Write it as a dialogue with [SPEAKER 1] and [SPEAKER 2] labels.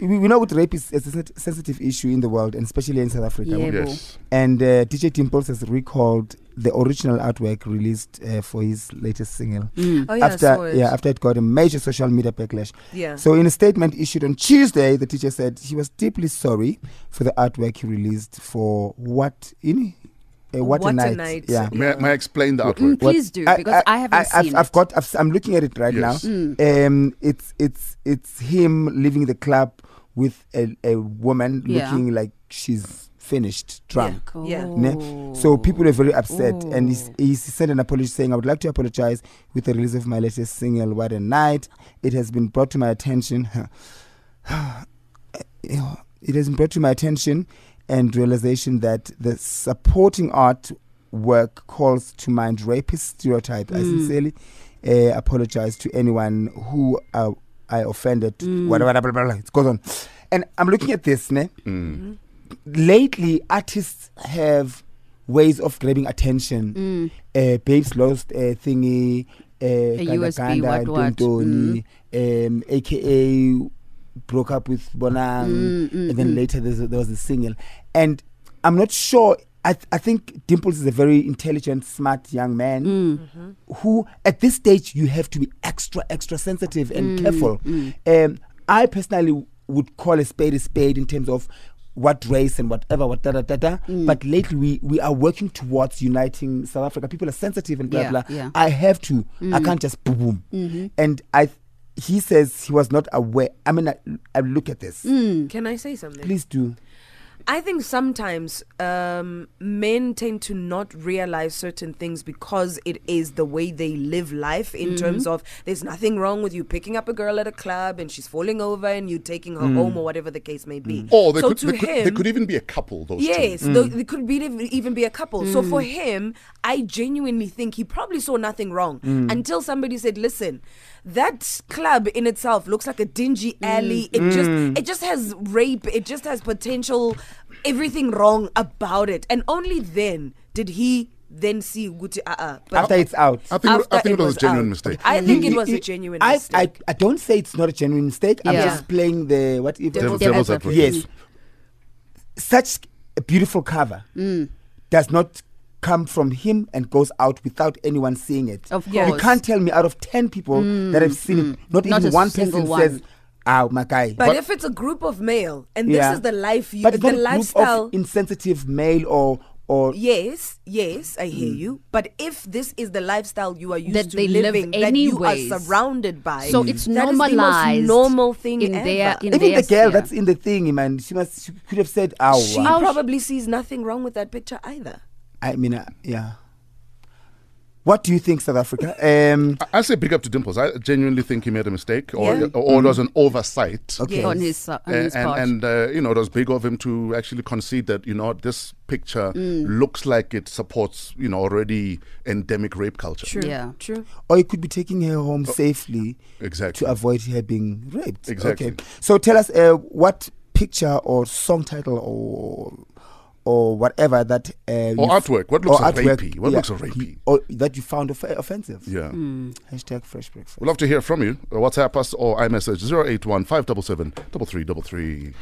[SPEAKER 1] we, we know with rape is a sensit- sensitive issue in the world and especially in South Africa.
[SPEAKER 2] Yeah. Yebo.
[SPEAKER 3] Yes.
[SPEAKER 1] And uh, DJ Timples has recalled the original artwork released uh, for his latest single.
[SPEAKER 2] Mm.
[SPEAKER 4] Oh yeah,
[SPEAKER 1] after
[SPEAKER 4] I saw it.
[SPEAKER 1] yeah, after it got a major social media backlash.
[SPEAKER 4] yeah.
[SPEAKER 1] So in a statement issued on Tuesday, the teacher said he was deeply sorry for the artwork he released for what in uh, what,
[SPEAKER 4] What
[SPEAKER 1] a
[SPEAKER 4] a
[SPEAKER 1] night.
[SPEAKER 4] Night.
[SPEAKER 1] Yeah.
[SPEAKER 3] May, I- may I explain the
[SPEAKER 1] Well,
[SPEAKER 3] artwork?
[SPEAKER 2] Mm, please do because I, haven't
[SPEAKER 1] I've,
[SPEAKER 2] seen
[SPEAKER 1] I've
[SPEAKER 2] it.
[SPEAKER 1] got. I've, I'm looking at it right now.
[SPEAKER 3] Yes.
[SPEAKER 2] Mm.
[SPEAKER 1] Um, it's it's it's him leaving the club with a, a woman
[SPEAKER 2] Yeah.
[SPEAKER 1] looking like she's finished drunk.
[SPEAKER 4] Yeah.
[SPEAKER 1] So people were very upset, and he, s-
[SPEAKER 2] Ooh.
[SPEAKER 1] he sent an apology saying, "I would like to apologize with the release of my latest single, What a Night. It has been brought to my attention. it has been brought to my attention and realization that the supporting art work calls to mind rapist stereotype. I
[SPEAKER 2] Mm.
[SPEAKER 1] sincerely uh, apologize to anyone who uh, I offended.
[SPEAKER 2] Mm.
[SPEAKER 1] Whatever, blah, blah, blah, blah. it goes on." And I'm looking at this, ne?
[SPEAKER 3] Mm.
[SPEAKER 4] Mhm.
[SPEAKER 1] lately artists have ways of grabbing attention.
[SPEAKER 2] Mm.
[SPEAKER 1] Uh, Babes lost uh, thingy, uh, Ganda
[SPEAKER 2] USB, what, what, Mm.
[SPEAKER 1] Dondoni, um, aka broke up with Bonang,
[SPEAKER 2] Mm,
[SPEAKER 1] and
[SPEAKER 2] mm,
[SPEAKER 1] then
[SPEAKER 2] mm.
[SPEAKER 1] later there's a, there was a single. And I'm not sure. I, th- I think Dimples is a very intelligent, smart young man
[SPEAKER 2] Mm.
[SPEAKER 1] who, at this stage, you have to be extra, extra sensitive and careful.
[SPEAKER 2] mm.
[SPEAKER 1] Um, I personally w- would call a spade a spade in terms of what race and whatever, what da da da da.
[SPEAKER 2] Mm.
[SPEAKER 1] But lately, we, we are working towards uniting South Africa. People are sensitive and blah
[SPEAKER 2] Yeah,
[SPEAKER 1] blah.
[SPEAKER 2] yeah. Mm. Mm-hmm.
[SPEAKER 1] I have to. I can't just boom boom. And I, he says he was not aware. I mean, I, I look at this.
[SPEAKER 2] Mm.
[SPEAKER 4] Can I say something?
[SPEAKER 1] Please do.
[SPEAKER 4] I think sometimes um, men tend to not realize certain things because it is the way they live life
[SPEAKER 3] Mm-hmm.
[SPEAKER 4] in terms of there's nothing wrong with you picking up a girl at a club and she's falling over and you taking her home or whatever the case may be.
[SPEAKER 3] Mm. Or they,
[SPEAKER 4] so
[SPEAKER 3] could,
[SPEAKER 4] to
[SPEAKER 3] they,
[SPEAKER 4] him,
[SPEAKER 3] could, they could even be a couple, those
[SPEAKER 4] Yes,
[SPEAKER 3] two.
[SPEAKER 4] though
[SPEAKER 1] Mm.
[SPEAKER 4] it could be ev- even be a couple. So for him, I genuinely think he probably saw nothing wrong
[SPEAKER 1] Mm.
[SPEAKER 4] until somebody said, "Listen, that club in itself looks like a dingy
[SPEAKER 1] Mm.
[SPEAKER 4] alley. It just it just has rape. It just has potential. Everything wrong about it." And only then did he then see Guti. Uh, uh,
[SPEAKER 1] After it's out.
[SPEAKER 3] I think, it- I
[SPEAKER 4] after
[SPEAKER 3] think it was, a genuine
[SPEAKER 4] out.
[SPEAKER 3] mistake.
[SPEAKER 4] I think it was
[SPEAKER 1] He-
[SPEAKER 4] a
[SPEAKER 1] he-
[SPEAKER 4] genuine
[SPEAKER 1] I,
[SPEAKER 4] mistake.
[SPEAKER 1] I, I don't say it's not a genuine mistake. I'm
[SPEAKER 2] Yeah.
[SPEAKER 1] just playing the what if
[SPEAKER 3] Devil-
[SPEAKER 2] Devil's
[SPEAKER 3] devil's
[SPEAKER 2] advocate.
[SPEAKER 3] advocate.
[SPEAKER 1] yes such a beautiful cover does not come from him and goes out without anyone seeing it
[SPEAKER 2] Of
[SPEAKER 1] you
[SPEAKER 2] course.
[SPEAKER 1] can't tell me out of 10 people that have seen it not,
[SPEAKER 2] Not
[SPEAKER 1] even
[SPEAKER 2] a
[SPEAKER 1] one
[SPEAKER 2] single
[SPEAKER 1] person
[SPEAKER 2] one.
[SPEAKER 1] says ah my guy
[SPEAKER 4] but, if it's a group of male and
[SPEAKER 1] Yeah.
[SPEAKER 4] this is the life you,
[SPEAKER 1] But it's
[SPEAKER 4] the
[SPEAKER 1] not a group
[SPEAKER 4] lifestyle
[SPEAKER 1] of insensitive male or or
[SPEAKER 4] Yes, yes, I hear you. But if this is the lifestyle you are used
[SPEAKER 2] That
[SPEAKER 4] to
[SPEAKER 2] they live
[SPEAKER 4] living, that you are
[SPEAKER 2] anyways.
[SPEAKER 4] surrounded by,
[SPEAKER 2] So it's
[SPEAKER 4] that is the most
[SPEAKER 2] normalized
[SPEAKER 4] normal thing
[SPEAKER 2] in
[SPEAKER 4] ever.
[SPEAKER 2] their in
[SPEAKER 1] even
[SPEAKER 2] their
[SPEAKER 1] the girl
[SPEAKER 2] sphere.
[SPEAKER 1] that's in the thing man she must she could have said oh
[SPEAKER 4] she
[SPEAKER 2] Wow.
[SPEAKER 4] probably sees nothing wrong with that picture either.
[SPEAKER 1] i mean uh, yeah what do you think south africa um
[SPEAKER 3] I, I say big up to Dimples. I genuinely think he made a mistake or,
[SPEAKER 4] Yeah.
[SPEAKER 3] or it was an oversight.
[SPEAKER 1] okay
[SPEAKER 4] Yes.
[SPEAKER 2] on his on
[SPEAKER 3] and
[SPEAKER 2] his part.
[SPEAKER 3] and, and uh, you know it was big of him to actually concede that you know this picture looks like it supports you know already endemic rape culture.
[SPEAKER 2] Yeah.
[SPEAKER 4] true.
[SPEAKER 1] or you could be taking her home safely
[SPEAKER 3] Oh, Exactly.
[SPEAKER 1] to avoid her being raped.
[SPEAKER 3] Exactly.
[SPEAKER 1] Okay. So tell us uh, what picture or song title or or whatever that uh,
[SPEAKER 3] Or
[SPEAKER 1] you-
[SPEAKER 3] artwork. What looks
[SPEAKER 1] or artwork,
[SPEAKER 3] rapey? What looks rapey? Mm.
[SPEAKER 1] Or that you found off- offensive.
[SPEAKER 3] yeah.
[SPEAKER 1] Mm. Hashtag fresh breakfast.
[SPEAKER 3] We'd love to hear from you. Uh, WhatsApp us or iMessage 081 577 3333.